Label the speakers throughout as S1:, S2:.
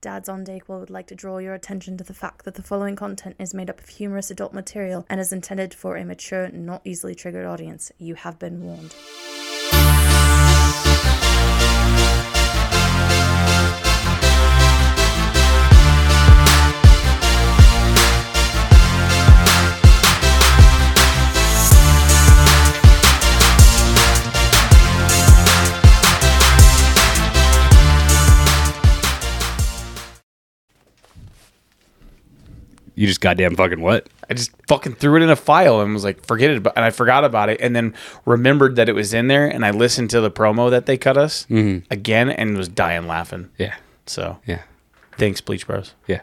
S1: Dads on Dayquil would like to draw your attention to the fact that the following content is made up of humorous adult material and is intended for a mature, not easily triggered audience. You have been warned.
S2: You just goddamn fucking what?
S3: I just fucking threw it in a file and was like, forget it. about- And I forgot about it. And then remembered that it was in there. And I listened to the promo that they cut us
S2: Mm-hmm.
S3: again and was dying laughing.
S2: Yeah.
S3: So
S2: Yeah.
S3: thanks, Bleach Bros.
S2: Yeah.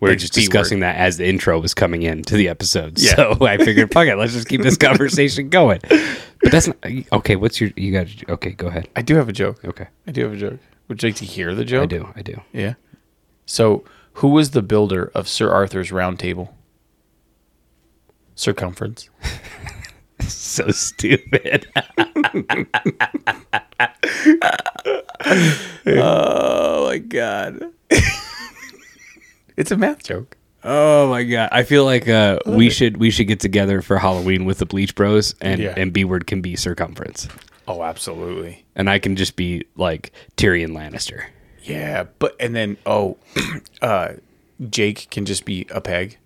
S2: We were
S3: Big
S2: just
S3: B word.
S2: discussing that as the intro was coming in to the episode.
S3: Yeah.
S2: So I figured, fuck it, let's just keep this conversation going. But that's not, okay. What's your, you got, okay, go ahead.
S3: I do have a joke.
S2: Okay.
S3: I do have a joke. Would you like to hear the joke?
S2: I do. I do.
S3: Yeah. So who was the builder of Sir Arthur's round table? Circumference.
S2: So stupid.
S3: Oh my god. it's a math joke.
S2: Oh my god! I feel like uh, we should we should get together for Halloween with the Bleach Bros, and
S3: Yeah.
S2: and B word can be circumference,
S3: Oh, absolutely.
S2: and I can just be like Tyrion Lannister.
S3: Yeah, but and then oh, uh Jake can just be a peg,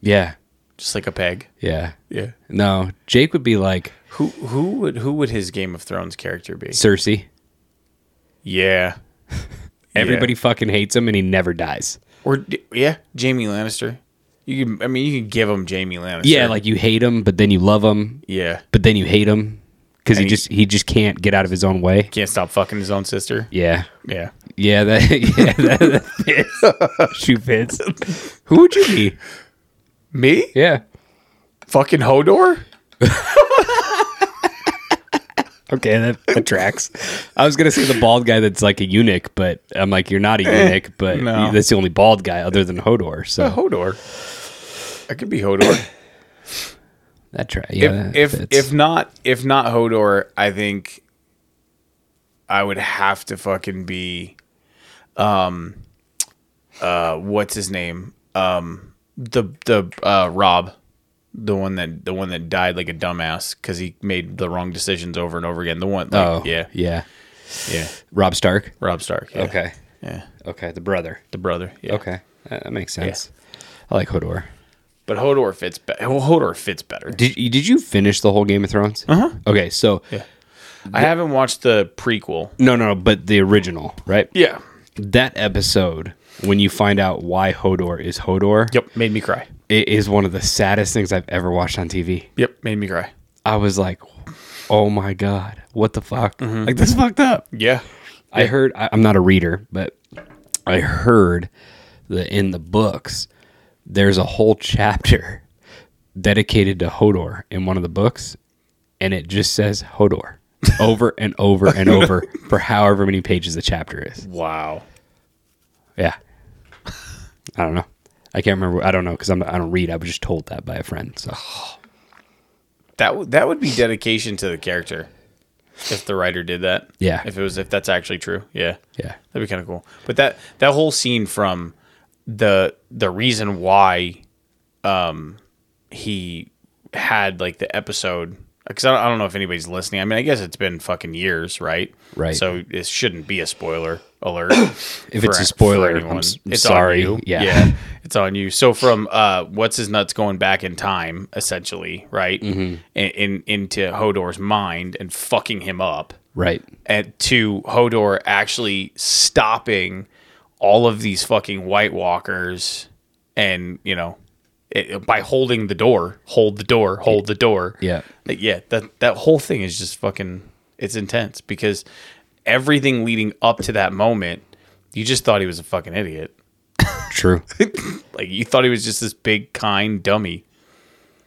S2: Yeah,
S3: just like a peg.
S2: yeah,
S3: Yeah.
S2: No, Jake would be like
S3: Who who would who would his Game of Thrones character be?
S2: Cersei.
S3: Yeah.
S2: Everybody fucking hates him, and he never dies.
S3: Or d- yeah, Jamie Lannister. You can I mean you can give him Jamie Lannister.
S2: Yeah, like you hate him, but then you love him,
S3: yeah.
S2: but then you hate him because he
S3: And he-
S2: just he just can't get out of his own way.
S3: Can't stop fucking his own sister.
S2: Yeah,
S3: Yeah.
S2: yeah, that, yeah, that, that fits. Shoe fits. Who would you be?
S3: Me?
S2: Yeah.
S3: Fucking Hodor?
S2: Okay, that, that tracks. I was gonna say the bald guy that's like a eunuch, but I'm like, you're not a eunuch, but
S3: no.
S2: that's the only bald guy other than Hodor. So
S3: Hodor. I could be Hodor.
S2: that track, yeah. that
S3: if if,
S2: fits.
S3: if not if not Hodor, I think I would have to fucking be um uh what's his name? Um the the uh Rob the one that the one that died like a dumbass because he made the wrong decisions over and over again. The one, like,
S2: oh
S3: yeah,
S2: yeah,
S3: yeah,
S2: Rob Stark.
S3: Rob Stark. yeah.
S2: Okay,
S3: yeah,
S2: okay, the brother.
S3: the brother. Yeah.
S2: Okay, that, that makes sense. I like Hodor.
S3: but Hodor fits better. Hodor fits better.
S2: Did you- did you finish the whole Game of Thrones? Uh huh.
S3: Uh-huh.
S2: Okay, so
S3: I haven't watched the prequel.
S2: no, no, but the original, right?
S3: Yeah,
S2: That episode when you find out why Hodor is Hodor,
S3: yep, made me cry.
S2: it is one of the saddest things I've ever watched on TV.
S3: Yep, made me cry.
S2: I was like, oh my God, what the fuck?
S3: Mm-hmm.
S2: Like, this fucked up.
S3: Yeah,
S2: I heard, I, I'm not a reader, but I heard that in the books, there's a whole chapter dedicated to Hodor in one of the books, and it just says Hodor over and over and over for however many pages the chapter is.
S3: Wow.
S2: Yeah. I don't know. I can't remember. I don't know because I don't read. I was just told that by a friend. So
S3: That w- that would be dedication to the character if the writer did that.
S2: Yeah.
S3: If it was if that's actually true. Yeah.
S2: yeah,
S3: That'd be kind of cool. But that that whole scene from the the reason why um he had like the episode because I, don't- I don't know if anybody's listening. I mean, I guess it's been fucking years, right?
S2: Right.
S3: So it shouldn't be a spoiler alert.
S2: If it's a spoiler, I'm s- I'm
S3: on
S2: sorry.
S3: you.
S2: Yeah.
S3: yeah, it's on you. So from uh, what's his nuts going back in time, essentially, right? Mm-hmm. In, in into Hodor's mind and fucking him up
S2: right.
S3: and to Hodor actually stopping all of these fucking White Walkers, and you know, it, by holding the door, hold the door, hold the door.
S2: Yeah.
S3: Like, yeah. That that whole thing is just fucking. It's intense because everything leading up to that moment, you just thought he was a fucking idiot.
S2: True.
S3: Like you thought he was just this big kind dummy.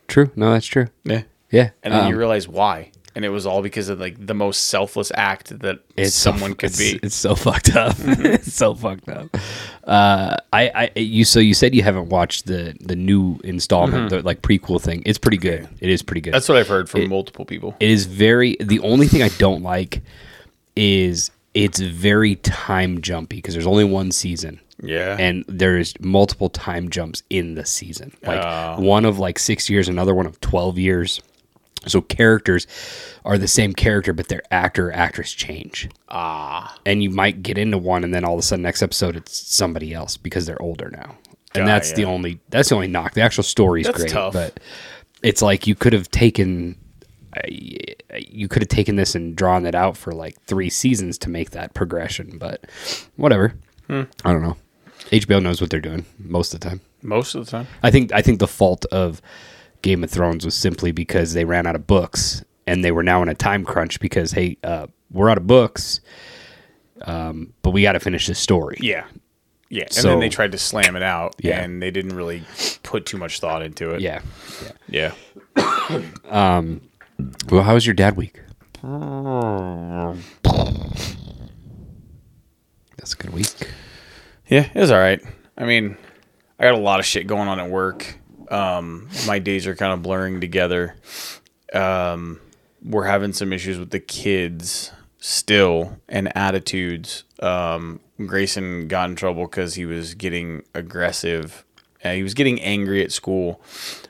S2: True. No, that's true.
S3: Yeah.
S2: Yeah.
S3: And then
S2: Um,
S3: you realize why. And it was all because of like the most selfless act that
S2: so
S3: someone
S2: fu-
S3: could
S2: it's,
S3: be. Mm-hmm.
S2: It's so fucked up. it's so fucked up. Uh, I, I, you. So you said you haven't watched the the new
S3: Mm-hmm.
S2: installment, the like prequel thing. It's pretty good. It is pretty good.
S3: That's what I've heard from multiple people.
S2: it is very. The only thing I don't like is it's very time jumpy because there's only one season
S3: Yeah.
S2: and there's multiple time jumps in the season like
S3: Oh.
S2: one of like six years another one of 12 years so characters are the same character but their actor or actress change
S3: ah.
S2: and you might get into one and then all of a sudden next episode it's somebody else because they're older now and
S3: Ah,
S2: that's the
S3: yeah.
S2: only that's the only knock the actual story's
S3: That's
S2: great
S3: tough.
S2: but it's like you could have taken uh, you could have taken this and drawn it out for like three seasons to make that progression but whatever
S3: Hmm.
S2: i don't know hbo knows what they're doing most of the time
S3: Most of the time.
S2: I think I think the fault of Game of Thrones was simply because they ran out of books and they were now in a time crunch because hey, uh, we're out of books, um, but we got to finish this story.
S3: Yeah. Yeah. And
S2: So-
S3: then they tried to slam it out
S2: Yeah.
S3: and they didn't really put too much thought into it.
S2: yeah. yeah.
S3: Yeah.
S2: Well, how was your dad week? That's a good week.
S3: Yeah, it was all right. I mean, I got a lot of shit going on at work. Um, my days are kind of blurring together. Um, we're having some issues with the kids still and attitudes. Um, Grayson got in trouble because he was getting aggressive. Uh, he was getting angry at school.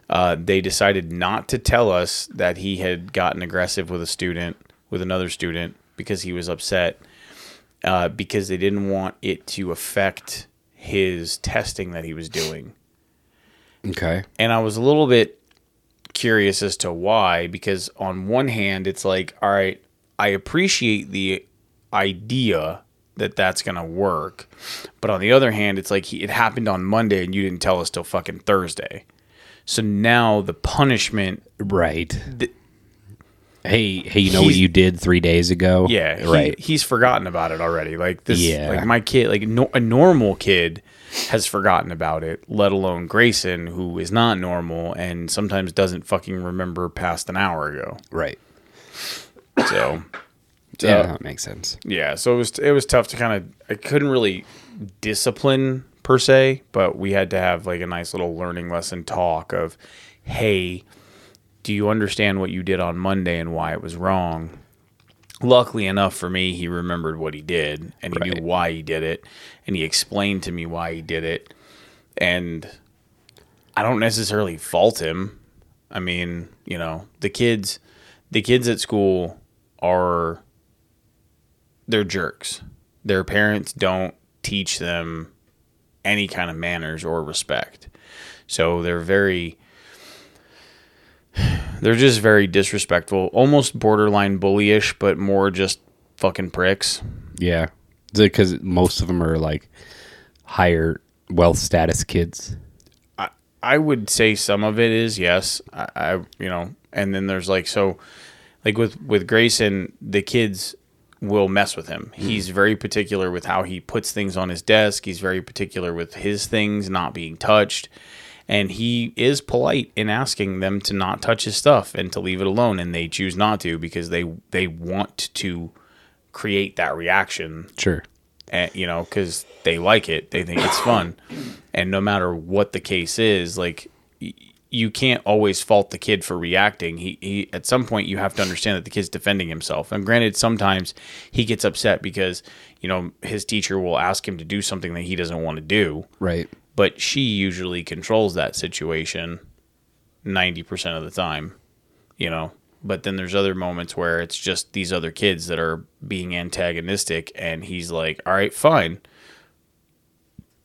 S3: Uh, they decided not to tell us that he had gotten aggressive with a student, with another student, because he was upset uh, because they didn't want it to affect his testing that he was doing.
S2: Okay.
S3: And I was a little bit curious as to why, because on one hand, it's like, all right, I appreciate the idea that that's going to work. But on the other hand, it's like he, it happened on Monday and you didn't tell us till fucking Thursday. So now the punishment,
S2: Right. hey, hey, you know what
S3: He's-
S2: you did three days ago?
S3: yeah, he-
S2: Right.
S3: He's forgotten about it already. Like this,
S2: Yeah.
S3: like my kid, like no, a normal kid has forgotten about it, let alone Grayson, who is not normal and sometimes doesn't fucking remember past an hour ago.
S2: right.
S3: So
S2: Yeah, that makes sense.
S3: yeah, so it was it was tough to kind of I couldn't really discipline per se, but we had to have like a nice little learning lesson talk of, hey, do you understand what you did on Monday and why it was wrong? Luckily enough for me, he remembered what he did and he
S2: Right.
S3: knew why he did it, and he explained to me why he did it, and I don't necessarily fault him. I mean, you know, the kids, the kids at school are they're jerks. Their parents don't teach them any kind of manners or respect. So they're very they're just very disrespectful, almost borderline bullyish, but more just fucking pricks.
S2: Yeah, because most of them are like higher wealth status kids.
S3: I would say some of it is yes. I, I you know, and then there's like so, like with with Grayson, the kids will mess with him. He's very particular with how he puts things on his desk. He's very particular with his things not being touched, and he is polite in asking them to not touch his stuff and to leave it alone, and they choose not to because they they want to create that reaction
S2: Sure.
S3: and, you know, because they like it, they think it's fun, and no matter what the case is, like y- you can't always fault the kid for reacting. He, he at some point you have to understand that the kid's defending himself. And granted, sometimes he gets upset because you know his teacher will ask him to do something that he doesn't want to do,
S2: Right.
S3: but she usually controls that situation 90% of the time, you know. But then there's other moments where it's just these other kids that are being antagonistic and he's like, "All right, fine.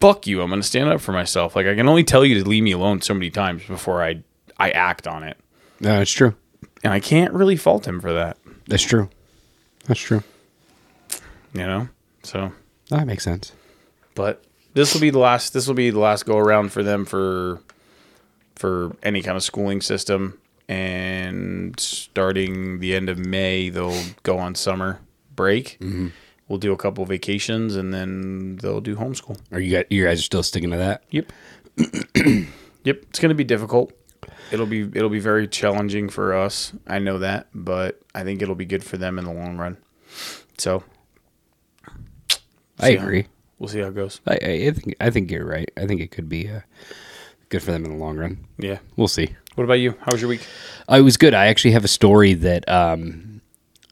S3: Fuck you. I'm going to stand up for myself. Like I can only tell you to leave me alone so many times before I I act on it."
S2: No, it's true.
S3: And I can't really fault him for that,
S2: That's true. That's true.
S3: you know? So
S2: That makes sense.
S3: but this will be the last this will be the last go around for them for for any kind of schooling system and starting the end of may they'll go on summer break we'll do a couple vacations and then they'll do homeschool
S2: Are you guys, you guys are still sticking to that?
S3: yep yep it's going to be difficult it'll be it'll be very challenging for us i know that but i think it'll be good for them in the long run so
S2: I
S3: See how-
S2: agree.
S3: we'll see how it goes
S2: I, I I think I think you're right. I think it could be uh, good for them in the long run.
S3: yeah
S2: We'll see.
S3: what about you how was your week
S2: I Uh, was good. I actually have a story that um,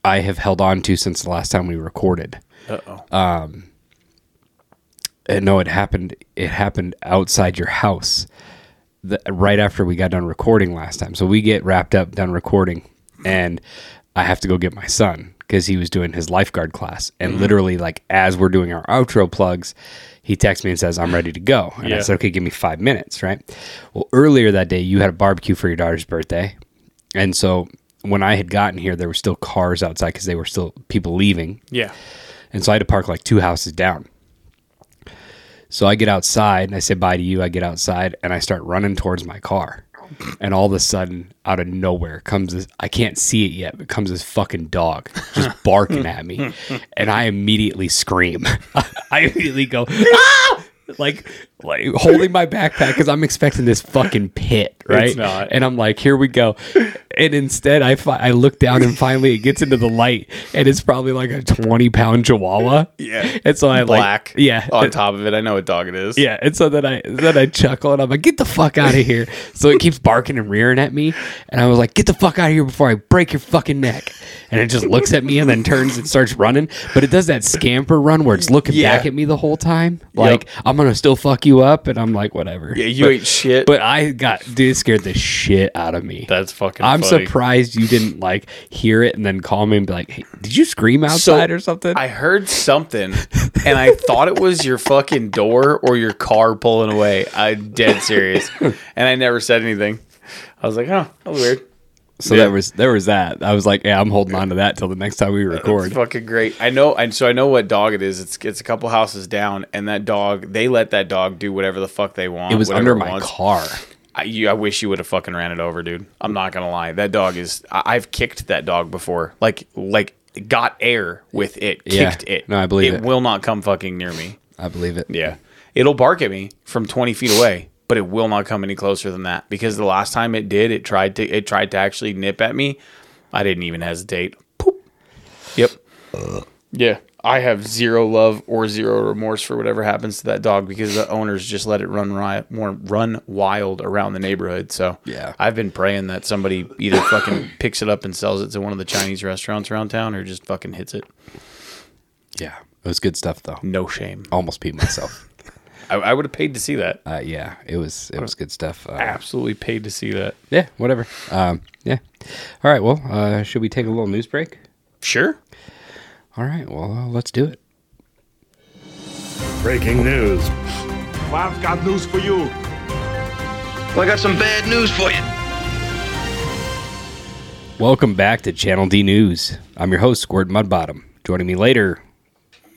S2: I have held on to since the last time we recorded. Uh, no, it happened. It happened outside your house, the, right after we got done recording last time. So we get wrapped up, done recording, and I have to go get my son because he was doing his lifeguard class. And literally, like as we're doing our outro plugs, he texts me and says, "I'm ready to go." And I
S3: Yeah.
S2: said, "Okay, give me five minutes." Right. Well, earlier that day, you had a barbecue for your daughter's birthday, and so when I had gotten here, there were still cars outside because they were still people leaving.
S3: Yeah.
S2: And so I had to park like two houses down. So I get outside and I say bye to you. I get outside and I start running towards my car. And all of a sudden, out of nowhere, comes this I can't see it yet, but comes this fucking dog just barking at me. And I immediately scream. I immediately go, ah! Like, like holding my backpack because I'm expecting this fucking pit, right?
S3: not.
S2: And I'm like, here we go. And instead, I fi- I look down and finally it gets into the light, and it's probably like a 20 pound chihuala.
S3: Yeah.
S2: And so I
S3: Black.
S2: Like,
S3: Oh,
S2: yeah.
S3: On top of it, I know what dog it is.
S2: Yeah, and so then I then I chuckle and I'm like, "Get the fuck out of here!" So it keeps barking and rearing at me, and I was like, "Get the fuck out of here before I break your fucking neck!" And it just looks at me and then turns and starts running, but it does that scamper run where it's looking
S3: Yeah.
S2: back at me the whole time, like I'm gonna still fuck you up, and I'm like, whatever.
S3: Yeah, you
S2: but,
S3: ain't shit.
S2: But I got dude it scared the shit out of me.
S3: that's fucking.
S2: I'm
S3: funny.
S2: surprised you didn't like hear it and then call me and be like, "Hey, did you scream outside or something?"
S3: I heard something, and I thought it was your fucking door or your car pulling away. I'm dead serious, and I never said anything. I was like, "Oh, that was weird."
S2: so
S3: Yeah.
S2: there was there was that. I was like, "Yeah, I'm holding on to that till the next time we record."
S3: It's fucking great. I know, and so I know what dog it is. It's it's a couple houses down, and that dog. They let that dog do whatever the fuck they want.
S2: It was under
S3: whatever it
S2: my
S3: wants.
S2: car.
S3: I, you, I wish you would have fucking ran it over, dude. I'm not gonna lie. That dog is. I, I've kicked that dog before. Like like got air with it.
S2: Yeah.
S3: Kicked it.
S2: No, I believe
S3: It
S2: it.
S3: will not come fucking near me.
S2: I believe it.
S3: Yeah. It'll bark at me from 20 feet away, but it will not come any closer than that because the last time it did, it tried to it tried to actually nip at me. I didn't even hesitate. Poop. Yep. Yeah. I have zero love or zero remorse for whatever happens to that dog because the owners just let it run riot, run wild around the neighborhood. So
S2: Yeah.
S3: I've been praying that somebody either fucking picks it up and sells it to one of the Chinese restaurants around town or just fucking hits it.
S2: Yeah. It was good stuff though.
S3: No shame.
S2: Almost peed myself.
S3: I, I would have paid to see that.
S2: uh, yeah, it was it was good stuff.
S3: Ah.
S2: Uh,
S3: Absolutely paid to see that.
S2: yeah, whatever. Um, yeah. All right, well, uh, should we take a little news break?
S3: Sure.
S2: All right, well, uh, let's do it.
S4: Breaking news.
S5: Well, I've got news for you.
S6: Well, I got some bad news for you.
S2: Welcome back to Channel D News. I'm your host, Squirt Mudbottom. Joining me later,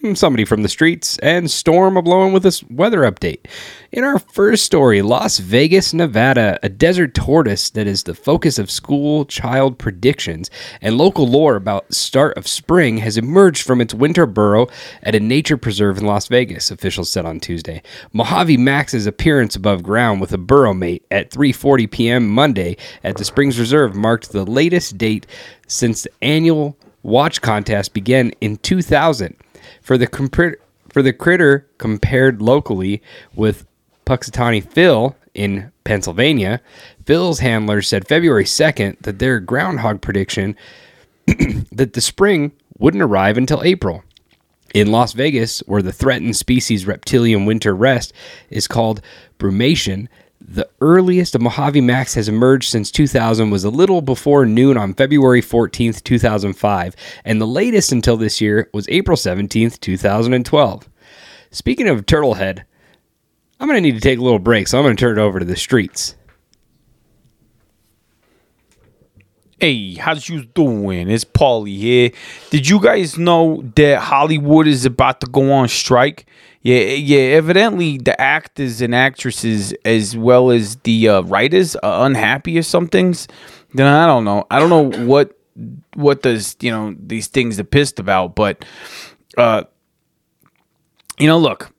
S2: hmm, somebody from the streets and storm a blowing with this weather update. In our first story, Las Vegas, Nevada, a desert tortoise that is the focus of school child predictions and local lore about start of spring has emerged from its winter burrow at a nature preserve in Las Vegas, officials said on Tuesday. Mojave Max's appearance above ground with a burrow mate at 3:40 p.m. Monday at the Springs Reserve marked the latest date since the annual watch contest began in 2000 for the compar- for the critter compared locally with Puxatani Phil in Pennsylvania. Phil's handlers said February 2nd that their groundhog prediction that the spring wouldn't arrive until April. In Las Vegas, where the threatened species reptilian winter rest is called brumation, the earliest of Mojave Max has emerged since 2000 was a little before noon on February 14th, 2005, and the latest until this year was April 17th, 2012. Speaking of Turtlehead, I'm going to need to take a little break, so I'm going to turn it over to the streets.
S3: Hey, how's you doing? It's Paulie here. Did you guys know that Hollywood is about to go on strike? Yeah, yeah. Evidently, the actors and actresses, as well as the uh, writers, are unhappy or something's. Then I don't know. I don't know what what does you know these things are pissed about, but uh, you know, look,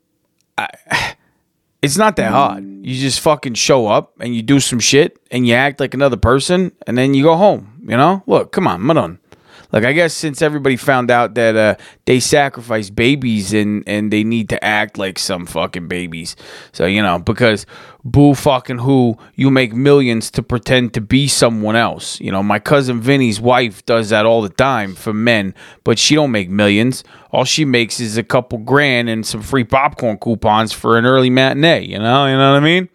S3: it's not that hard. You just fucking show up and you do some shit and you act like another person and then you go home. You know, look, come on, Madon. Like I guess since everybody found out that uh, they sacrifice babies and and they need to act like some fucking babies. So you know because boo fucking who you make millions to pretend to be someone else. You know my cousin Vinny's wife does that all the time for men, but she don't make millions. All she makes is a couple grand and some free popcorn coupons for an early matinee. You know you know what I mean.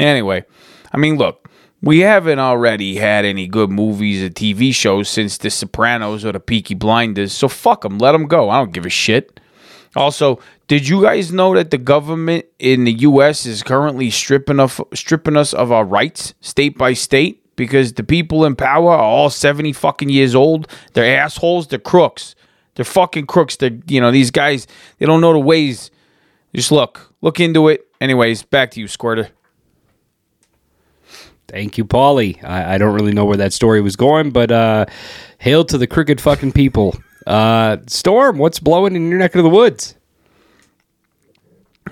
S3: Anyway, I mean, look, we haven't already had any good movies or TV shows since The Sopranos or The Peaky Blinders, so fuck them, let them go. I don't give a shit. Also, did you guys know that the government in the U.S. is currently stripping us, stripping us of our rights, state by state, because the people in power are all seventy fucking years old. They're assholes. They're crooks. They're fucking crooks. They're you know these guys. They don't know the ways. Just look, look into it. Anyways, back to you, Squirter.
S2: Thank you, Paulie. I, I don't really know where that story was going, but uh, hail to the crooked fucking people. Uh, Storm, what's blowing in your neck of the woods?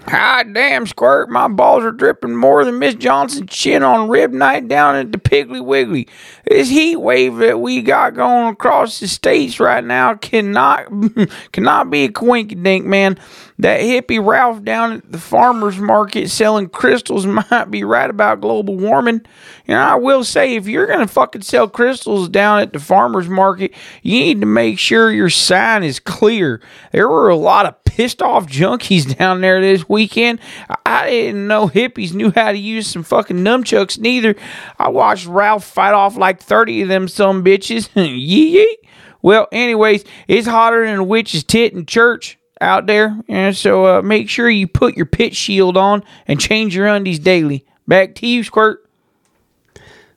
S3: God damn, Squirt, my balls are dripping more than Miss Johnson's chin on rib night down at the Piggly Wiggly. This heat wave that we got going across the states right now cannot cannot be a coinkydink, man. That hippie Ralph down at the farmer's market selling crystals might be right about global warming. And I will say, if you're going to fucking sell crystals down at the farmer's market, you need to make sure your sign is clear. There were a lot of pissed off junkies down there this weekend. I didn't know hippies knew how to use some fucking nunchucks neither. I watched Ralph fight off like 30 of them some bitches. yee yee. Well, anyways, it's hotter than a witch's tit in church out there. And so uh, make sure you put your pit shield on and change your undies daily. Back to you, Squirt.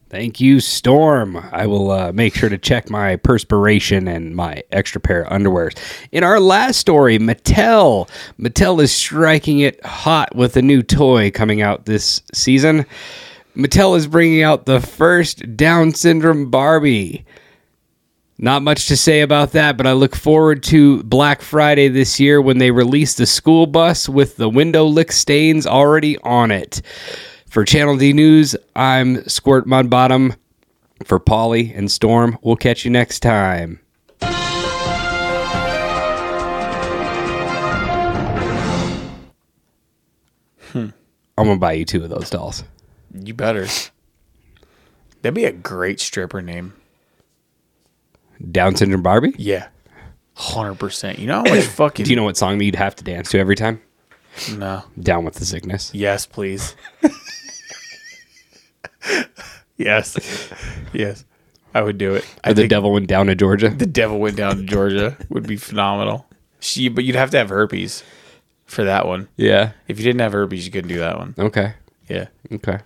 S2: Thank you, Storm. I will uh, make sure to check my perspiration and my extra pair of underwears. In our last story, Mattel. Mattel is striking it hot with a new toy coming out this season. Mattel is bringing out the first Down syndrome Barbie. Not much to say about that, but I look forward to Black Friday this year when they release the school bus with the window lick stains already on it. For Channel D News, I'm Squirt Mudbottom. For Polly and Storm, we'll catch you next time. Hmm. I'm gonna buy you two of those dolls.
S3: You better. That'd be a great stripper name.
S2: Down syndrome Barbie.
S3: Yeah. 100%. You know how much fucking.
S2: Do you know what song you'd have to dance to every time?
S3: No.
S2: Down with the sickness.
S3: Yes, please. yes. Yes. I would do it. I
S2: Or the
S3: think
S2: devil went down to Georgia.
S3: the devil went down to Georgia would be phenomenal. She, but you'd have to have herpes for that one.
S2: Yeah.
S3: If you didn't have herpes, you couldn't do that one.
S2: Okay.
S3: Yeah.
S2: Okay.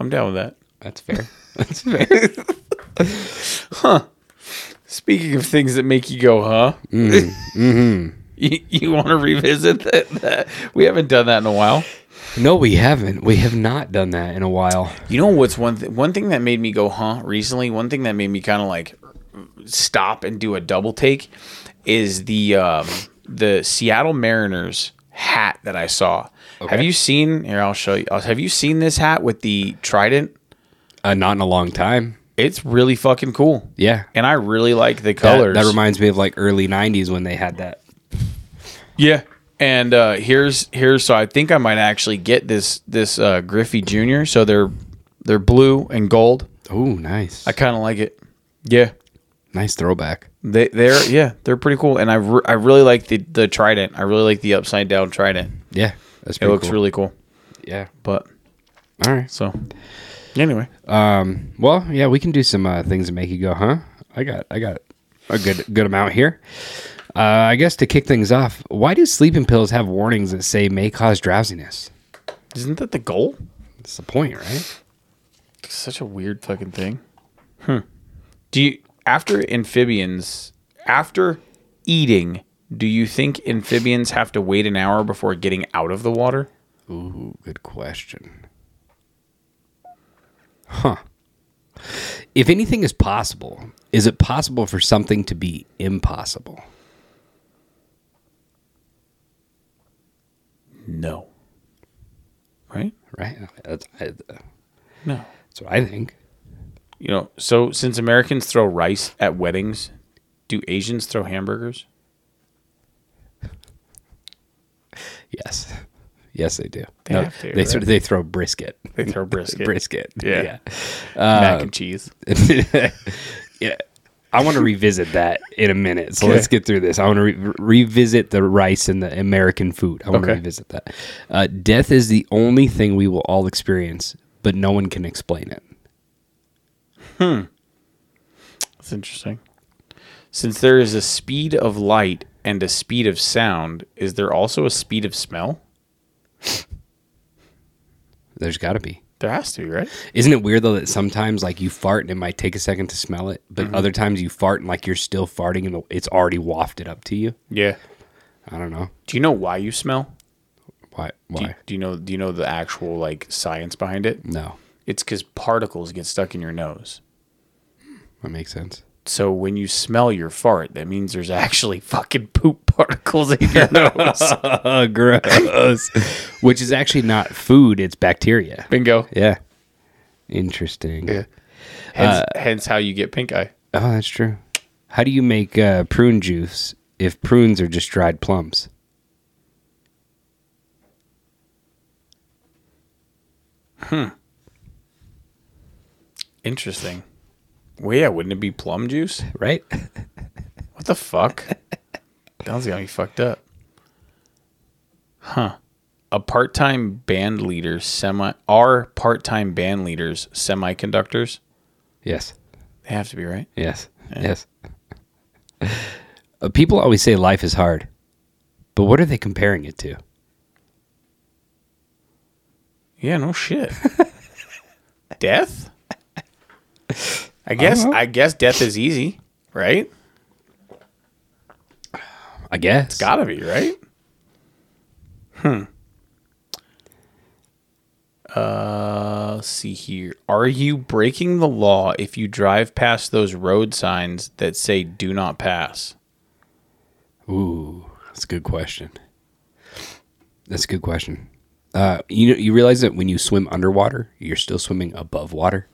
S3: I'm down with that.
S2: That's fair. That's fair.
S3: Speaking of things that make you go, huh? you, you want to revisit that, that? We haven't done that in a while.
S2: no, we haven't. We have not done that in a while.
S3: You know what's one th- one thing that made me go huh recently? One thing that made me kind of like stop and do a double take is the um, the Seattle Mariners hat that I saw. Have you seen? Here, I'll show you. I'll- Have you seen this hat with the trident?
S2: Uh, not in a long time.
S3: It's really fucking cool.
S2: Yeah.
S3: and I really like the
S2: That-
S3: colors.
S2: That, reminds me of like early '90s when they had that.
S3: Yeah. And uh, here's here's so I think I might actually get this this uh, Griffey Jr. So they're they're blue and gold.
S2: Oh, nice,
S3: I kind of like it. Yeah.
S2: nice throwback.
S3: They they're yeah they're pretty cool and I, re- I really like the the trident I really like the upside down trident
S2: Yeah, that's
S3: it
S2: pretty
S3: looks
S2: cool.
S3: really cool
S2: yeah.
S3: but
S2: All right.
S3: so Uh, anyway
S2: Well, yeah, we can do some uh, things to make you go, huh? I got, I got a good, good amount here. Uh, I guess to kick things off, why do sleeping pills have warnings that say may cause drowsiness?
S3: isn't that the goal
S2: That's the point, right?
S3: It's such a weird fucking thing hmm do you after amphibians after eating do you think amphibians have to wait an hour before getting out of the water
S2: Ooh, good question. Huh. If anything is possible, is it possible for something to be impossible?
S3: no right
S2: Right? That's, I, that's
S3: no
S2: what I think.
S3: you know so since Americans throw rice at weddings do Do Asians throw hamburgers?
S2: Yes. Yes, they do.
S3: They
S2: No,
S3: have to,
S2: they, sort
S3: right?
S2: of- they throw brisket.
S3: They throw brisket.
S2: brisket.
S3: Yeah.
S2: yeah.
S3: Um, Mac and cheese.
S2: yeah. I want to revisit that in a minute. So
S3: Okay.
S2: let's get through this. I want to re- revisit the rice and the American food. I want
S3: Okay.
S2: to revisit that. Uh, death is the only thing we will all experience, but no one can explain it.
S3: That's interesting. Since there is a speed of light and a speed of sound, is there also a speed of smell?
S2: There's got to be.
S3: There has to be, right?
S2: Isn't it weird though that sometimes like you fart and it might take a second to smell it, but
S3: Mm-hmm.
S2: other times you fart and like you're still farting and it's already wafted up to you.
S3: Yeah.
S2: I don't know
S3: Do you know why you smell?
S2: why.
S3: Do
S2: Why?
S3: you, do you know do you know the actual like science behind it?
S2: no,
S3: It's cuz particles get stuck in your nose.
S2: that makes sense.
S3: So when you smell your fart, that means there's actually fucking poop particles in your nose.
S2: Uh, gross. Which is actually not food; it's bacteria.
S3: Bingo.
S2: Yeah. Interesting.
S3: Hence, hence how you get pink eye.
S2: Oh, that's true. How do you make uh, prune juice if prunes are just dried plums?
S3: Interesting. Well, yeah, wouldn't it be plum juice?
S2: Right?
S3: What the fuck? Don's gonna be fucked up. Huh. A part-time band leader semi are part-time band leaders semiconductors?
S2: yes.
S3: They have to be, right?
S2: Yes. Yes. Uh, people always say life is hard, but what are they comparing it to?
S3: Yeah, no shit. death? I guess I guess death is easy, right?
S2: I guess.
S3: Gotta be, right? Hmm. Uh, let's see here. Are you breaking the law if you drive past those road signs that say do not pass?
S2: Ooh, that's a good question. That's a good question. Uh, you know, you realize that when you swim underwater, you're still swimming above water.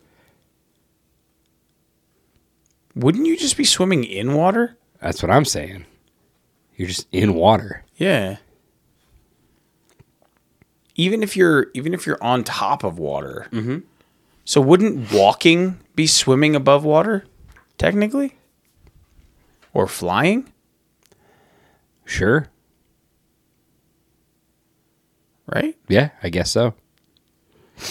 S3: Wouldn't you just be swimming in water?
S2: That's what I'm saying. You're just in water.
S3: Yeah. Even if you're even if you're on top of water. Mm-hmm. So wouldn't walking be swimming above water, technically? Or flying,
S2: Sure.
S3: right?
S2: Yeah, I guess so.
S3: Do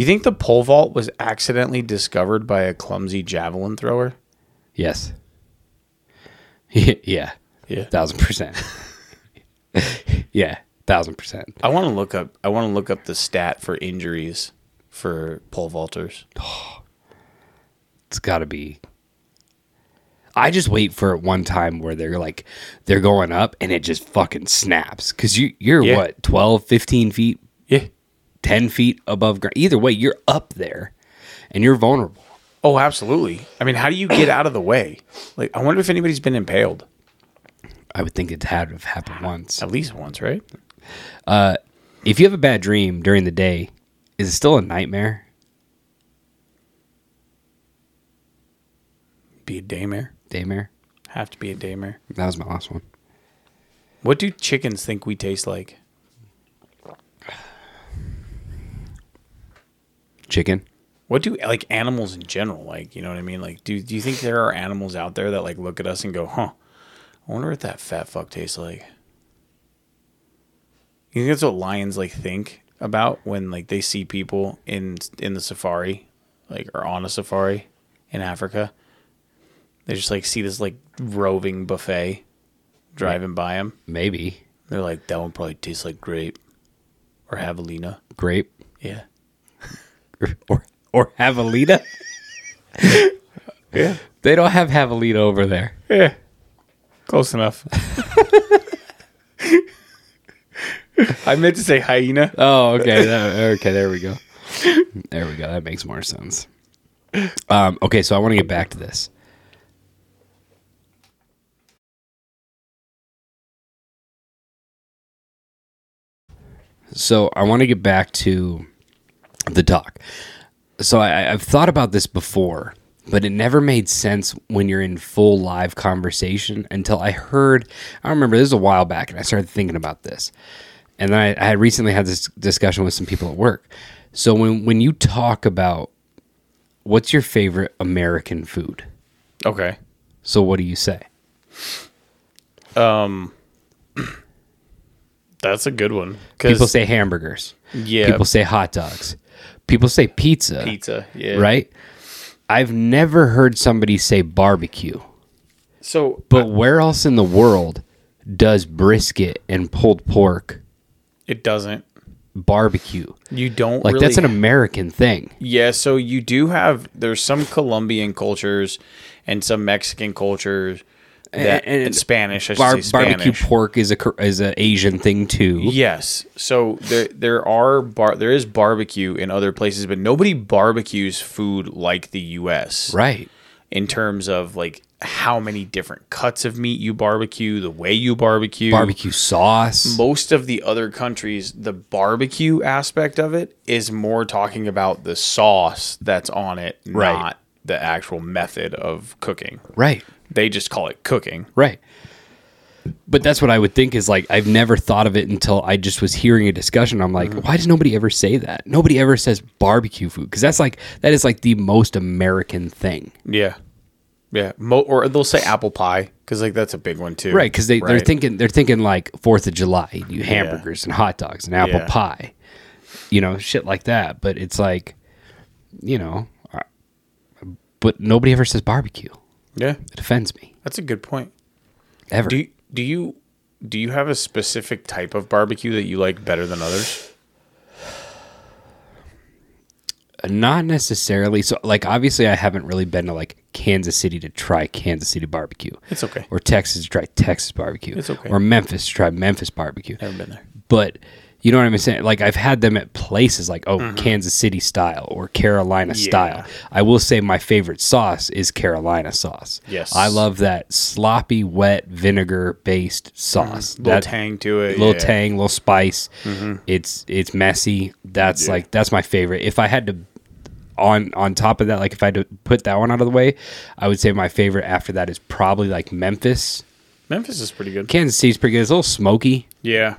S3: you think the pole vault was accidentally discovered by a clumsy javelin thrower?
S2: Yes. yeah.
S3: Yeah.
S2: Thousand percent. yeah. Thousand percent.
S3: I want to look up. I want to look up the stat for injuries for pole vaulters.
S2: It's got to be. I just wait for it one time where they're like, they're going up and it just fucking snaps. Cause you, you're
S3: Yeah.
S2: what, 12, 15 feet,
S3: Yeah.
S2: 10 feet above ground. Either way, you're up there and you're vulnerable.
S3: Oh, absolutely. I mean, how do you get out of the way? Like, I wonder if anybody's been impaled
S2: I would think it had to have happened once.
S3: at least once, right?
S2: If you have a bad dream during the day, is it still a nightmare?
S3: Be a daymare.
S2: Daymare?
S3: Have to be a daymare.
S2: That was my last one.
S3: What do chickens think we taste like?
S2: Chicken?
S3: What do like animals in general like? You know what I mean? Like, do do you think there are animals out there that like look at us and go, "Huh, I wonder what that fat fuck tastes like"? You think that's what lions like think about when like they see people in in the safari, like or on a safari in Africa? They just like see this like roving buffet driving by 'em. by them.
S2: Maybe.
S3: They're like, "That one probably tastes like grape or javelina."
S2: Grape?
S3: Yeah.
S2: or or javelina.
S3: Yeah.
S2: They don't have javelina over there.
S3: Yeah. Close enough. I meant to say hyena.
S2: Oh, okay. that- okay, there we go. There we go. That makes more sense. Um, okay, so I want to get back to this. So I want to get back to the talk. So I, I've thought about this before but it never made sense when you're in full live conversation until I heard. I remember this was a while back, and I started thinking about this. And then I, I had recently had this discussion with some people at work. So when when you talk about what's your favorite American food,
S3: Okay.
S2: so what do you say?
S3: That's a good one.
S2: People
S3: Because
S2: say hamburgers.
S3: yeah,
S2: People say hot dogs. People say pizza.
S3: pizza. Yeah.
S2: Right. I've never heard somebody say barbecue.
S3: So
S2: But where else in the world does brisket and pulled pork
S3: it doesn't.
S2: barbecue?
S3: You don't
S2: Like
S3: really
S2: that's an American thing.
S3: Yeah, so you do have there's some Colombian cultures and some Mexican cultures that
S2: And-
S3: and,
S2: and
S3: Spanish. I should
S2: Bar-
S3: say
S2: barbecue
S3: Spanish.
S2: pork is a cor- is an Asian thing too.
S3: Yes, so there there are bar there is barbecue in other places, but nobody barbecues food like the U.S.
S2: Right.
S3: in terms of like how many different cuts of meat you barbecue, the way you barbecue,
S2: Barbecue sauce.
S3: most of the other countries, the barbecue aspect of it is more talking about the sauce that's on it,
S2: Right.
S3: not the actual method of cooking.
S2: right.
S3: They just call it cooking.
S2: Right. But that's what I would think is like I've never thought of it until I just was hearing a discussion. I'm
S3: Mm-hmm.
S2: like, why does nobody ever say that? Nobody ever says barbecue food because that's like that is like the most American thing,
S3: Yeah. Yeah. Mo- or they'll say apple pie because, like, that's a big one too.
S2: right? Because they they're
S3: Mm, Right.
S2: thinking they're thinking like Fourth of July, you hamburgers and hot dogs and apple
S3: Yeah.
S2: pie, you know, shit like that. But it's like, you know, I- but nobody ever says barbecue.
S3: Yeah.
S2: It offends me
S3: That's a good point.
S2: ever.
S3: Do you, do you do you have a specific type of barbecue that you like better than others?
S2: not necessarily so like obviously i haven't really been to like kansas city to try kansas city barbecue
S3: It's okay.
S2: or texas to try texas barbecue
S3: It's okay.
S2: or memphis to try memphis barbecue
S3: Never been there.
S2: but you know what i'm saying like i've had them at places like
S3: Mm-hmm.
S2: oh kansas city style or carolina style i will say my favorite sauce is carolina sauce
S3: Yes.
S2: i love that sloppy wet vinegar based sauce
S3: Mm-hmm. Little
S2: That-
S3: tang to it.
S2: little
S3: yeah. Mm-hmm.
S2: tang, little spice. It's it's messy. That's like that's my favorite. If I had to on on top of that, like if I had to put that one out of the way, I would say my favorite after that is probably like Memphis.
S3: Memphis is pretty good.
S2: Kansas City's pretty good. It's a little smoky,
S3: Yeah.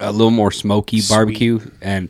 S2: a little more smoky barbecue, and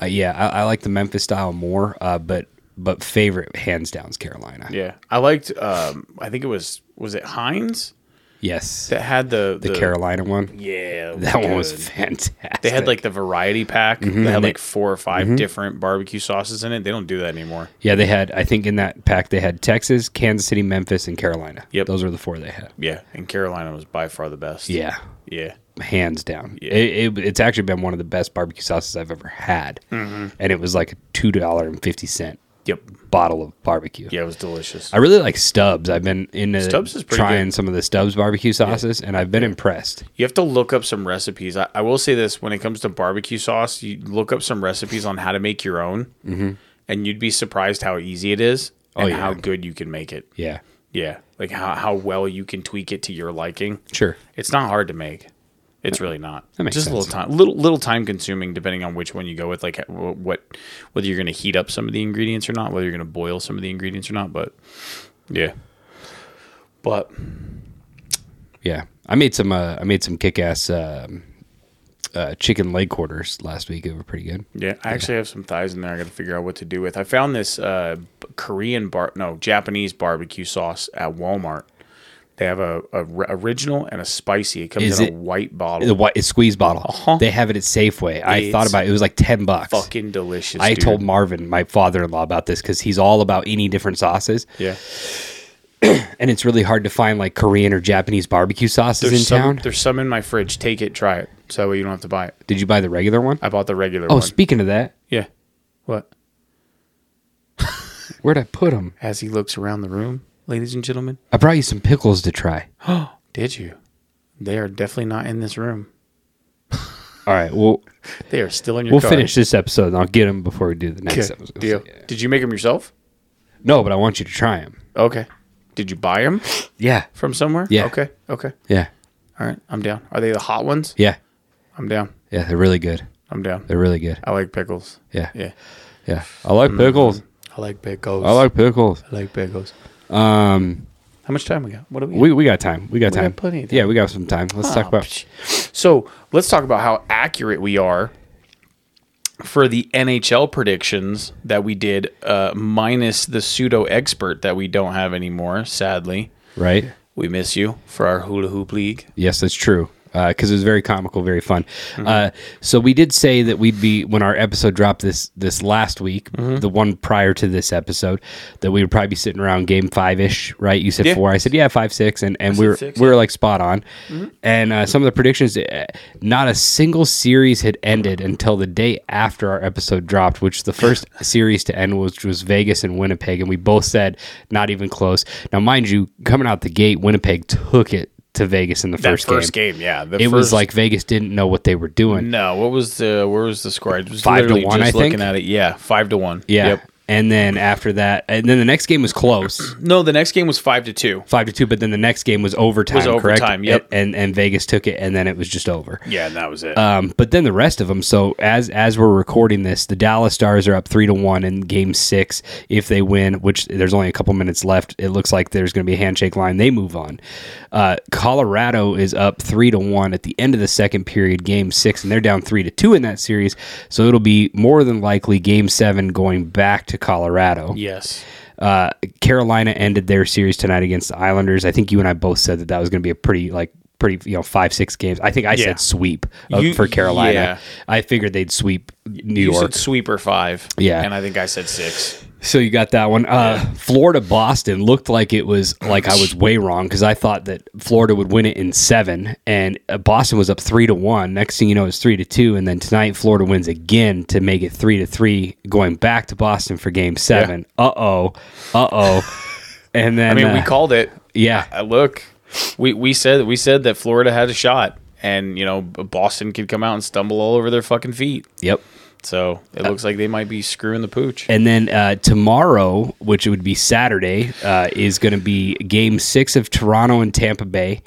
S2: uh, yeah, I, I like the Memphis style more. Uh, but but favorite hands down is Carolina.
S3: Yeah, I liked. Um, I think it was was it Heinz
S2: Yes,
S3: that had the
S2: the Carolina one.
S3: Yeah, it
S2: That one was
S3: good.
S2: fantastic.
S3: They had like the variety pack. They had
S2: Mm-hmm, And they- Mm-hmm.
S3: like four or 5 different barbecue sauces in it. They don't do that anymore.
S2: Yeah, they had. I think in that pack they had Texas, Kansas City, Memphis, and Carolina.
S3: Yep.
S2: those were the four they had.
S3: Yeah, and Carolina was by far the best.
S2: Yeah,
S3: yeah,
S2: hands down.
S3: Yeah.
S2: It, it, it's actually been one of the best barbecue sauces I've ever had,
S3: Mm-hmm.
S2: and it was like a two dollar and fifty cent
S3: yep.
S2: bottle of barbecue.
S3: Yeah, it was delicious.
S2: I really like Stubbs. I've been into
S3: Stubbs is pretty
S2: trying
S3: good.
S2: some of the Stubbs barbecue sauces, and I've been impressed.
S3: you have to look up some recipes. I, I will say this: when it comes to barbecue sauce, you look up some recipes on how to make your own, and you'd be surprised how easy it is and
S2: Mm-hmm. Oh, yeah.
S3: how good you can make it.
S2: Yeah,
S3: Yeah, like how how well you can tweak it to your liking.
S2: sure.
S3: It's not hard to make. It's really not.
S2: That makes
S3: Just a little
S2: sense.
S3: time, little little time consuming, depending on which one you go with. Like wh- what, whether you're going to heat up some of the ingredients or not, whether you're going to boil some of the ingredients or not. But yeah, but
S2: Yeah, I made some. Uh, I made some kick ass um, uh, chicken leg quarters last week. They were pretty good.
S3: yeah, I actually have some thighs in there. I got to figure out what to do with. I found this uh, b- Korean bar, no Japanese barbecue sauce at Walmart. They have a, a r- original and a spicy. It comes
S2: Is
S3: in
S2: it-
S3: a white bottle.
S2: The white squeeze bottle.
S3: Uh-huh.
S2: They have it at Safeway. I
S3: It's
S2: thought about it. It was like ten bucks.
S3: Fucking delicious.
S2: I
S3: dude.
S2: told Marvin, my father-in-law, about this because he's all about any different sauces,
S3: yeah.
S2: and it's really hard to find like Korean or Japanese barbecue sauces
S3: There's
S2: in
S3: some,
S2: town.
S3: There's some in my fridge. Take it, try it. So that way you don't have to buy it.
S2: Did you buy the regular one?
S3: I bought the regular
S2: Oh,
S3: one.
S2: speaking of that,
S3: yeah. What?
S2: where'd I put them?
S3: As he looks around the room, ladies and gentlemen,
S2: I brought you some pickles to try.
S3: did you? They are definitely not in this room.
S2: All right, well,
S3: They are still in your
S2: we'll
S3: car.
S2: finish this episode, and I'll get them before we do the next
S3: Okay.
S2: episode.
S3: Deal. Did you make them yourself?
S2: No, but I want you to try them.
S3: Okay. Did you buy them
S2: Yeah,
S3: from somewhere?
S2: Yeah.
S3: Okay. Okay.
S2: yeah,
S3: All right. I'm down. Are they the hot ones?
S2: yeah,
S3: I'm down.
S2: yeah. They're really good.
S3: I'm down.
S2: They're really good.
S3: I like pickles.
S2: Yeah,
S3: Uh, Yeah.
S2: yeah. I like pickles.
S3: I like pickles.
S2: I like pickles.
S3: I like pickles.
S2: Um,
S3: How much time we got? What do we?
S2: we, we got time. We got
S3: We got
S2: time.
S3: plenty of
S2: Yeah, we got some time. Let's talk
S3: Oh,
S2: about.
S3: psh. So let's talk about how accurate we are for the NHL predictions that we did, uh, minus the pseudo expert that we don't have anymore. Sadly,
S2: Right.
S3: we miss you for our hula hoop league.
S2: Yes, that's true. Because it was very comical, very fun.
S3: Mm-hmm.
S2: Uh, so we did say that we'd be when our episode dropped this this last week,
S3: Mm-hmm.
S2: the one prior to this episode, that we would probably be sitting around game five ish, right? You said
S3: Yeah.
S2: four, I said yeah, five six, and and we were
S3: six, Mm-hmm.
S2: we were like spot on. And uh, some of the predictions, uh, not a single series had ended until the day after our episode dropped, which the first series to end, which was Vegas and Winnipeg, and we both said not even close. Now, mind you, coming out the gate, Winnipeg took it to Vegas in the
S3: That
S2: first, game.
S3: yeah. The
S2: It was
S3: first- Mm-hmm.
S2: like Vegas didn't know what they were doing.
S3: no. What was the where was the score? I was
S2: Five to
S3: literally
S2: one,
S3: just
S2: I
S3: looking
S2: think.
S3: at it. Yeah, five to one.
S2: Yeah.
S3: Yep.
S2: And then after that, and then the next game was close,
S3: No, the next game was five to two.
S2: five to two. But then the next game was overtime.
S3: Was
S2: correct?
S3: overtime, yep.
S2: And and Vegas took it, and then it was just over.
S3: Yeah, and that was it.
S2: Um, but then the rest of them. So as as we're recording this, the Dallas Stars are up three to one in Game Six. If they win, which there's only a couple minutes left, it looks like there's going to be a handshake line. They move on. Uh, Colorado is up three to one at the end of the second period, Game Six, and they're down three to two in that series. So it'll be more than likely Game Seven going back to Colorado.
S3: yes.
S2: Uh, Carolina ended their series tonight against the Islanders. I think you and I both said that that was going to be a pretty like pretty you know five six games. I think I
S3: Yeah.
S2: said sweep uh,
S3: You-
S2: for Carolina.
S3: yeah.
S2: I figured they'd sweep New
S3: You
S2: York.
S3: said sweeper five.
S2: Yeah.
S3: And I think I said six.
S2: So you got that one. Uh, Florida Boston looked like it was like I was way wrong because I thought that Florida would win it in seven, and uh, Boston was up three to one. Next thing you know, it's three to two, and then tonight Florida wins again to make it three to three, going back to Boston for Game Seven. Uh oh, uh oh, and then
S3: I mean, we
S2: uh,
S3: called it.
S2: yeah.
S3: Uh, look, we, we said we said that Florida had a shot, and you know B- Boston could come out and stumble all over their fucking feet.
S2: Yep.
S3: So it looks like they might be screwing the pooch.
S2: And then uh, tomorrow, which would be Saturday, uh, is going to be Game Six of Toronto and Tampa Bay.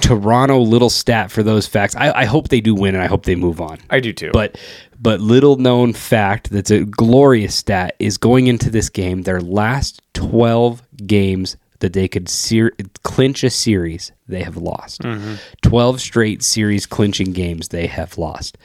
S2: Toronto, little stat for those facts. I, I hope they do win, and I hope they move on.
S3: I do too.
S2: But but little known fact that's a glorious stat is going into this game, their last twelve games that they could ser- clinch a series, they have lost.
S3: Mm-hmm.
S2: Twelve straight series clinching games they have lost.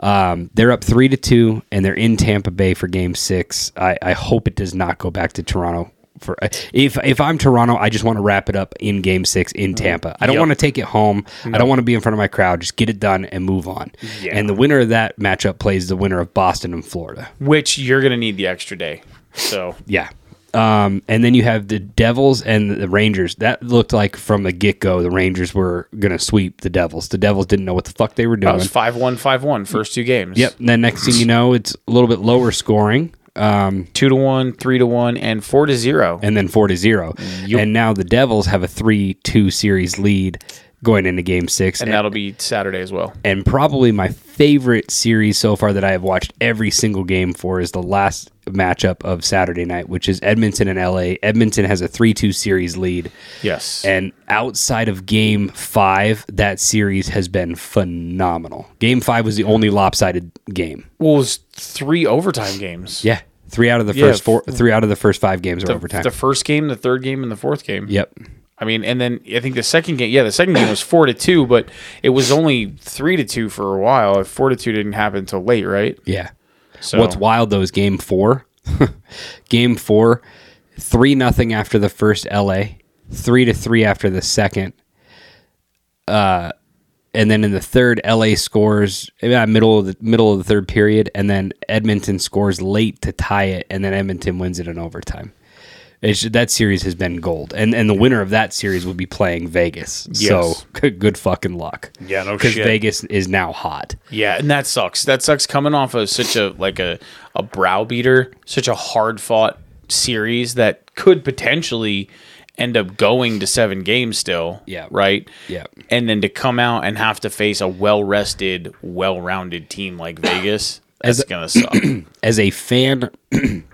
S2: Um, they're up three to two, and they're in Tampa Bay for Game Six. I, I hope it does not go back to Toronto. For if if I'm Toronto, I just want to wrap it up in Game Six in Tampa. I don't
S3: Mm-hmm. Yep. Mm-hmm.
S2: want to take it home. I don't want to be in front of my crowd. Just get it done and move on.
S3: Yeah.
S2: And the winner of that matchup plays the winner of Boston and Florida.
S3: Which you're gonna need the extra day. So
S2: Yeah. Um, and then you have the Devils and the Rangers. That looked like from the get go, the Rangers were going to sweep the Devils. The Devils didn't know what the fuck they were
S3: that
S2: doing.
S3: was five one five one first two games.
S2: Yep. And then next thing you know, it's a little bit lower scoring. Um,
S3: Two to one, three to one, and four to zero.
S2: and then four to zero.
S3: Mm,
S2: And now the Devils have a three two series lead going into Game Six,
S3: and
S2: and,
S3: that'll be Saturday as well.
S2: and probably my favorite series so far that I have watched every single game for is the last matchup of Saturday night, which is Edmonton and LA. Edmonton has a three two series lead.
S3: Yes.
S2: And outside of game five, that series has been phenomenal. Game five was the only lopsided game.
S3: well, it was three overtime games.
S2: Yeah. Three out of the
S3: Yeah,
S2: first four, three out of the first five games are
S3: The,
S2: overtime.
S3: the first game, the third game, and the fourth game.
S2: yep.
S3: I mean, and then I think the second game, yeah, the second game was four to two, but it was only three to two for a while. If Four to two didn't happen until late, right?
S2: Yeah.
S3: So
S2: What's wild though is game four. game four, three nothing after the first LA, three to three after the second. Uh and then in the third, LA scores uh, middle of the middle of the third period, and then Edmonton scores late to tie it, and then Edmonton wins it in overtime. It's, that series has been gold, and and the winner of that series will be playing Vegas.
S3: Yes.
S2: So good fucking luck.
S3: Yeah, no
S2: because
S3: shit.
S2: Vegas is now hot.
S3: yeah, and that sucks. That sucks coming off of such a like a a browbeater, such a hard fought series that could potentially end up going to seven games still.
S2: Yeah.
S3: Right.
S2: Yeah.
S3: And then to come out and have to face a well rested, well rounded team like Vegas, that's gonna suck.
S2: as a fan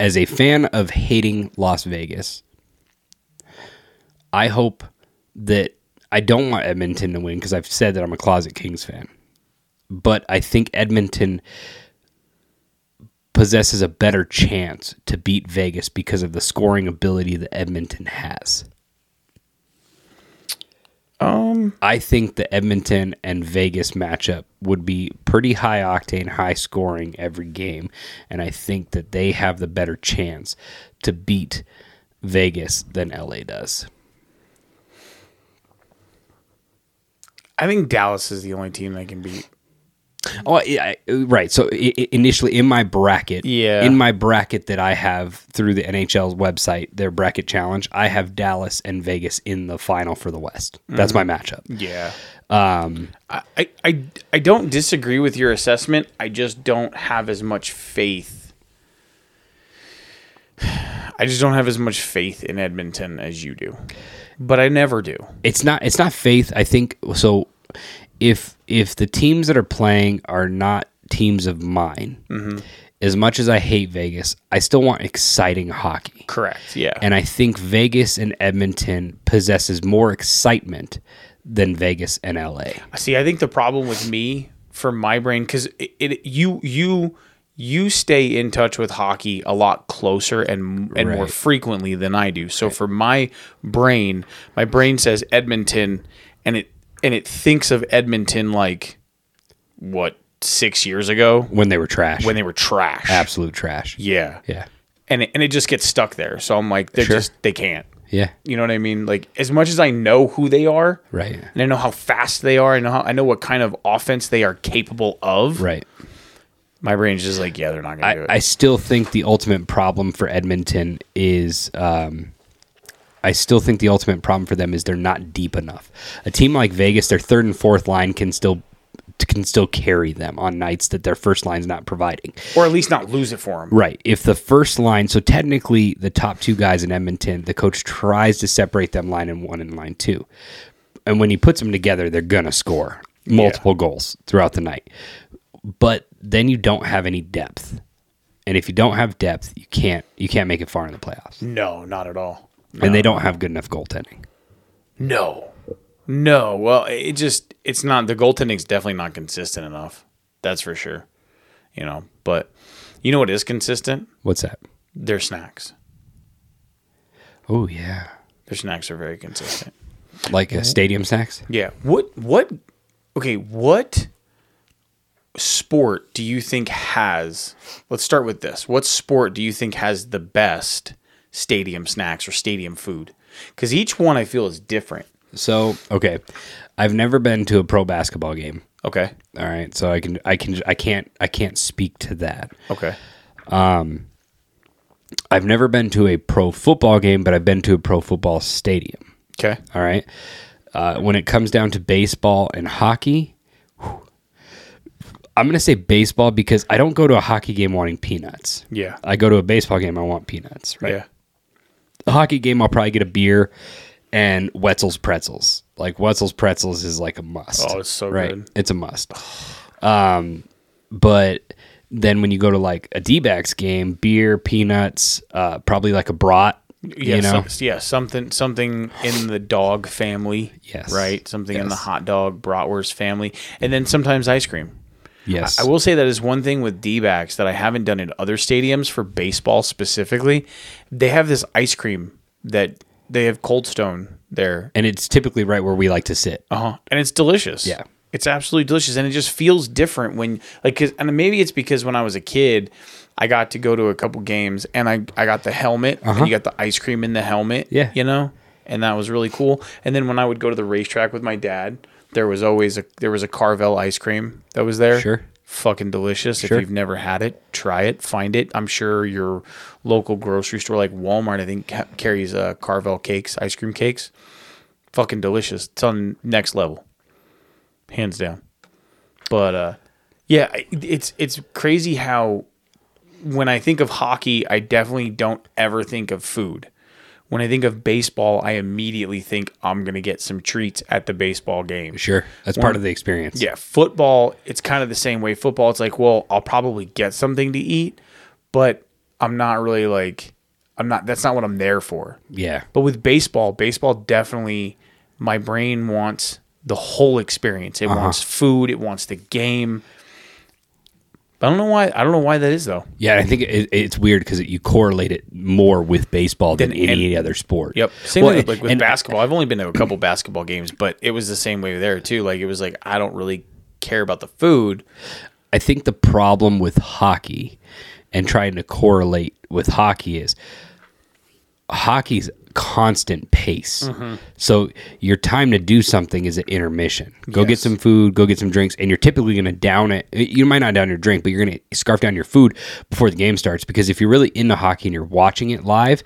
S2: as a fan of hating Las Vegas, I hope that I don't want Edmonton to win because I've said that I'm a closet Kings fan. But I think Edmonton possesses a better chance to beat Vegas because of the scoring ability that Edmonton has.
S3: Um,
S2: I think the Edmonton and Vegas matchup would be pretty high octane, high scoring every game. And I think that they have the better chance to beat Vegas than LA does.
S3: I think Dallas is the only team they can beat.
S2: Oh, yeah, I- right. So i- i- initially in my bracket,
S3: Yeah.
S2: in my bracket that I have through the NHL's website, their bracket challenge, I have Dallas and Vegas in the final for the West. That's my matchup.
S3: Yeah. Um, I, I, I don't disagree with your assessment. I just don't have as much faith. I just don't have as much faith in Edmonton as you do. But I never do.
S2: it's not it's not faith. I think so. If if the teams that are playing are not teams of mine,
S3: Mm-hmm.
S2: as much as I hate Vegas, I still want exciting hockey.
S3: Correct. Yeah.
S2: And I think Vegas and Edmonton possesses more excitement than Vegas and LA.
S3: See, I think the problem with me for my brain because it, it you you you stay in touch with hockey a lot closer and and more
S2: Right.
S3: frequently than I do. So for my brain, my brain says Edmonton, and it and it thinks of Edmonton like what six years ago
S2: When they were trash,
S3: when they were trash.
S2: absolute trash.
S3: Yeah.
S2: yeah,
S3: And it, and it just gets stuck there. So I'm like, they're
S2: Sure.
S3: just they can't.
S2: yeah.
S3: You know what I mean? Like as much as I know who they are,
S2: Right,
S3: and I know how fast they are. I know how, I know what kind of offense they are capable of.
S2: right.
S3: My brain's just like, yeah, they're not gonna do
S2: I,
S3: it.
S2: I still think the ultimate problem for Edmonton is um, I still think the ultimate problem for them is they're not deep enough. A team like Vegas, their third and fourth line can still can still carry them on nights that their first line's not providing.
S3: or at least not lose it for them.
S2: Right. If the first line, so technically the top two guys in Edmonton, the coach tries to separate them line in one and line two. And when he puts them together, they're going to score multiple goals throughout the night. But then you don't have any depth. And if you don't have depth, you can't you can't make it far in the playoffs.
S3: No, not at all.
S2: And they don't have good enough goaltending.
S3: No, no. Well, it just it's not the goaltending's definitely not consistent enough. That's for sure. You know, but you know what is consistent?
S2: What's that?
S3: Their snacks.
S2: Oh yeah.
S3: Their snacks are very consistent.
S2: Like a stadium snacks?
S3: Yeah. What what okay, what sport do you think has let's start with this. What sport do you think has the best stadium snacks or stadium food? Cuz each one I feel is different.
S2: So, okay. I've never been to a pro basketball game.
S3: Okay.
S2: All right. So I can I can I can't I can't speak to that.
S3: Okay.
S2: I've never been to a pro football game, but I've been to a pro football stadium.
S3: Okay.
S2: All right. Uh, when it comes down to baseball and hockey, whew, I'm going to say baseball because I don't go to a hockey game wanting peanuts.
S3: Yeah.
S2: I go to a baseball game, I want peanuts, right?
S3: Yeah.
S2: The hockey game, I'll probably get a beer and Wetzel's pretzels. Like Wetzel's pretzels is like a must.
S3: Oh, it's so good.
S2: It's a must. Um, but then when you go to like a D-backs game, beer, peanuts, uh, probably like a brat.
S3: Yeah,
S2: you know,
S3: some- yeah, something something in the dog family.
S2: Yes.
S3: Right? Something in the
S2: Yes.
S3: hot dog bratwurst family. And then sometimes ice cream.
S2: yes,
S3: I will say that is one thing with D backs that I haven't done in other stadiums for baseball specifically. They have this ice cream that they have Cold Stone there.
S2: and it's typically right where we like to sit.
S3: Uh huh. And it's delicious.
S2: Uh-huh. Yeah.
S3: It's absolutely delicious. And it just feels different when, like, 'cause- and maybe it's because when I was a kid, I got to go to a couple games and I, I got the helmet and you got the ice cream in the helmet.
S2: Uh-huh. Yeah.
S3: You know? And that was really cool. And then when I would go to the racetrack with my dad, there was always a there was a Carvel ice cream that was there
S2: Sure.
S3: fucking delicious.
S2: Sure.
S3: If you've never had it, try it, find it. I'm sure your local grocery store, like Walmart, I think ca- carries uh, Carvel cakes, ice cream cakes. Fucking delicious. It's on next level, hands down. But uh, yeah, I- it's it's crazy how when I think of hockey, I definitely don't ever think of food. When I think of baseball, I immediately think I'm gonna get some treats at the baseball game.
S2: Sure, that's part of the experience.
S3: Yeah, football, it's kind of the same way. Football, it's like, well, I'll probably get something to eat, but I'm not really like, I'm not, that's not what I'm there for.
S2: yeah,
S3: But with baseball, baseball definitely, my brain
S2: Uh-huh.
S3: wants the whole experience. It wants food, it wants the game. I don't know why. I don't know why that is though.
S2: Yeah, I think it, it's weird because you correlate it more with baseball than
S3: Than
S2: any
S3: any-
S2: other sport.
S3: Yep. Same
S2: Well,
S3: way like with
S2: and-
S3: basketball. I've only been to a couple basketball games, but it was the same way there too. Like it was like I don't really care about the food.
S2: I think the problem with hockey and trying to correlate with hockey is hockey's constant pace.
S3: Mm-hmm.
S2: So your time to do something is at intermission. Go get
S3: Yes.
S2: some food, go get some drinks, and you're typically going to down it. You might not down your drink, but you're going to scarf down your food before the game starts because if you're really into hockey and you're watching it live,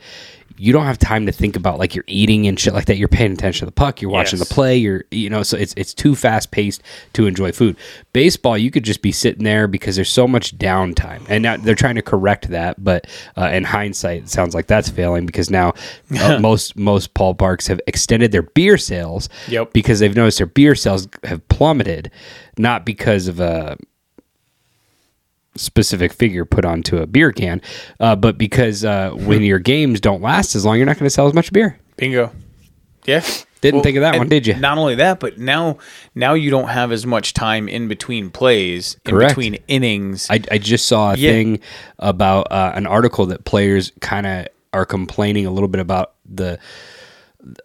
S2: you don't have time to think about like you're eating and shit like that. You're paying attention to the puck, you're watching
S3: Yes.
S2: the play, you're you know, so it's it's too fast paced to enjoy food. Baseball, you could just be sitting there because there's so much downtime. And now they're trying to correct that, but uh, in hindsight, it sounds like that's failing because now uh, most most Paul Parks have extended their beer sales
S3: Yep.
S2: because they've noticed their beer sales have plummeted, not because of a specific figure put onto a beer can, uh, but because uh, when your games don't last as long, you're not going to sell as much beer.
S3: Bingo. Yeah.
S2: Didn't think of that
S3: and
S2: one, did you?
S3: Not only that, but now now you don't have as much time in between plays,
S2: Correct.
S3: in between innings.
S2: I, I just saw a
S3: Yeah.
S2: thing about uh, an article that players kind of are complaining a little bit about the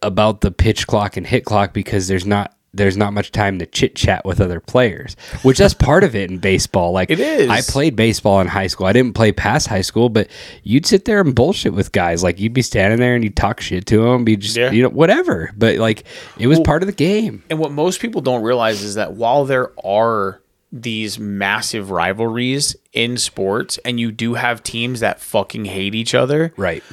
S2: about the pitch clock and hit clock because there's not there's not much time to chit chat with other players, which that's part of it in baseball. Like
S3: It is.
S2: I played baseball in high school. I didn't play past high school, but you'd sit there and bullshit with guys. Like you'd be standing there and you'd talk shit to them, be just
S3: Yeah.
S2: you know whatever. But like it was part of the game.
S3: and what most people don't realize is that while there are these massive rivalries in sports and you do have teams that fucking hate each other
S2: Right.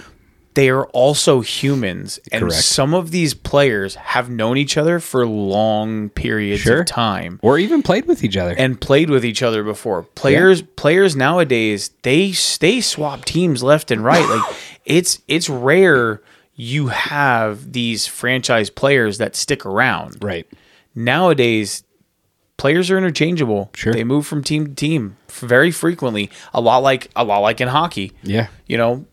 S3: they are also humans and
S2: Correct.
S3: some of these players have known each other for long periods
S2: Sure.
S3: of time
S2: Or even played with each other.
S3: and played with each other before players players nowadays they they swap teams left and right like it's it's rare you have these franchise players that stick around
S2: right.
S3: nowadays players are interchangeable.
S2: Sure.
S3: They move from team to team f- very frequently, a lot like a lot like in hockey.
S2: Yeah.
S3: You know,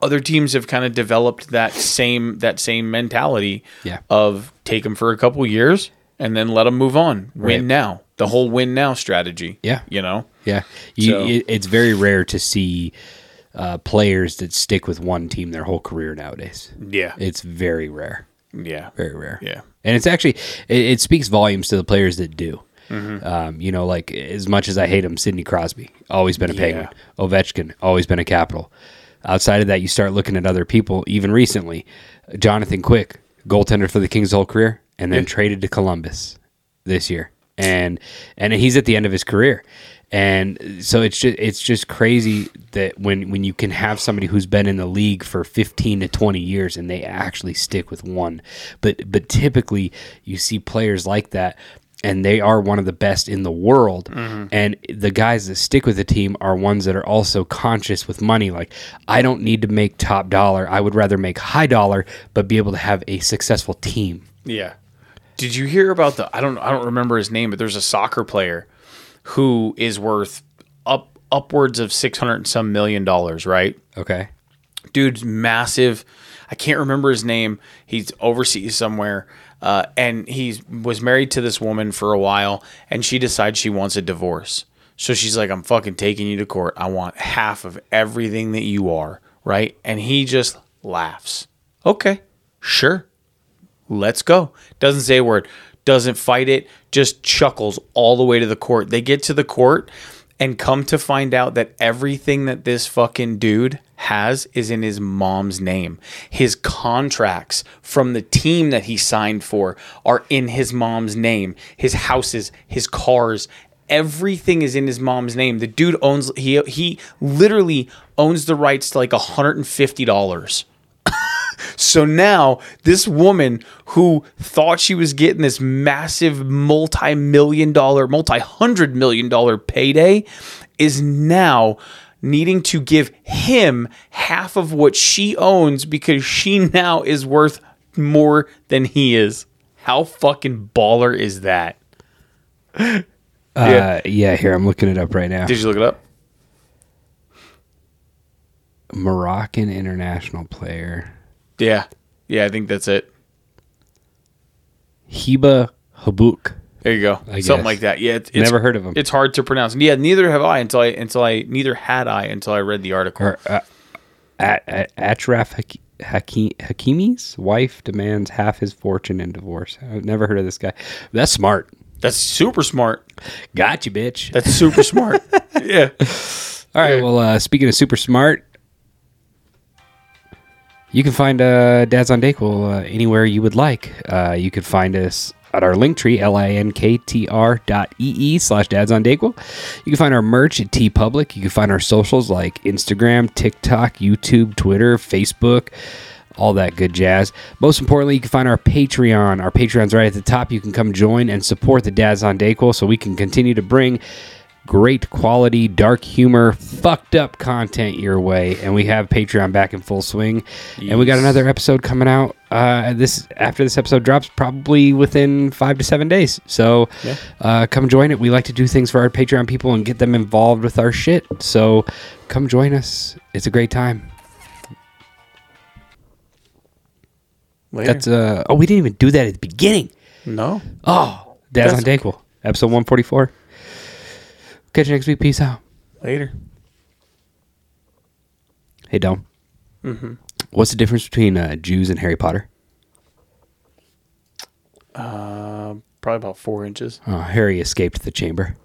S3: other teams have kind of developed that same that same mentality
S2: Yeah.
S3: of take them for a couple years and then let them move on.
S2: Right.
S3: Win now. The whole win now strategy.
S2: Yeah.
S3: You know.
S2: Yeah, you,
S3: So-
S2: it- it's very rare to see uh, players that stick with one team their whole career nowadays.
S3: Yeah.
S2: It's very rare,
S3: yeah.
S2: very rare.
S3: Yeah.
S2: and it's actually it, it speaks volumes to the players that do.
S3: Mm-hmm.
S2: Um, you know, like as much as I hate him, Sidney Crosby always been a Penguin. Ovechkin always been a Capital. Outside of that, you start looking at other people. Even recently, Jonathan Quick, goaltender for the Kings' whole career, and then traded to Columbus this year, and and he's at the end of his career, and so it's just it's just crazy that when when you can have somebody who's been in the league for fifteen to twenty years and they actually stick with one, but but typically you see players like that. And they are one of the best in the world. And the guys that stick with the team are ones that are also conscious with money. Like, I don't need to make top dollar. I would rather make high dollar, but be able to have a successful team.
S3: Yeah. Did you hear about the I don't I don't remember his name, but there's a soccer player who is worth up upwards of six hundred and some million dollars, right?
S2: Okay.
S3: Dude's massive. I can't remember his name. He's overseas somewhere. Uh, and he was married to this woman for a while, and she decides she wants a divorce. So she's like, I'm fucking taking you to court. I want half of everything that you are, right? And he just laughs. Okay, sure let's go. Doesn't say a word, doesn't fight it, just chuckles all the way to the court. They get to the court and come to find out that everything that this fucking dude has is in his mom's name. His contracts from the team that he signed for are in his mom's name. His houses, his cars, everything is in his mom's name. The dude owns he he literally owns the rights to like $150. So now this woman who thought she was getting this massive multi-million dollar, multi-hundred million dollar payday is now needing to give him half of what she owns because she now is worth more than he is. How fucking baller is that?
S2: Uh, yeah, here I'm looking it up right now.
S3: Did you look it up?
S2: Moroccan international player
S3: Yeah. Yeah, I think that's it.
S2: Hiba Habouk.
S3: There you go.
S2: I
S3: Something
S2: guess.
S3: like that. Yeah, it's, it's-
S2: Never heard of 'em.
S3: It's hard to pronounce. Yeah, neither have I until I until I neither had I until I read the article.
S2: Or uh, at, at, Atraf Hak- Haki- Hakimi's wife demands half his fortune in divorce. I've never heard of this guy. That's smart.
S3: That's super smart.
S2: Got you, bitch.
S3: That's super smart. yeah.
S2: All right. Well, uh, speaking of super smart, you can find uh, Dads on Dayquil uh, anywhere you would like. Uh, you could find us at our link tree, linktr dot ee slash dads on Dayquil. You can find our merch at T Public. You can find our socials like Instagram, TikTok, YouTube, Twitter, Facebook all that good jazz. Most importantly, you can find our Patreon. Our Patreon's right at the top. You can come join and support the Dads on Dayquil so we can continue to bring great quality, dark humor, fucked up content your way. And we have Patreon back in full swing. And we got another episode coming out uh, this after this episode drops, probably within five to seven days. So uh, come join it. We like to do things for our Patreon people and get them involved with our shit. So come join us. It's a great time. That's uh oh we didn't even do that at the beginning.
S3: no.
S2: Oh, Dad's on Danquil, episode one forty four. Catch you next week. Peace out.
S3: Later.
S2: Hey Dom. What's the difference between uh, Jews and Harry Potter?
S3: Probably about four inches.
S2: Oh, Harry Uh, escaped the chamber.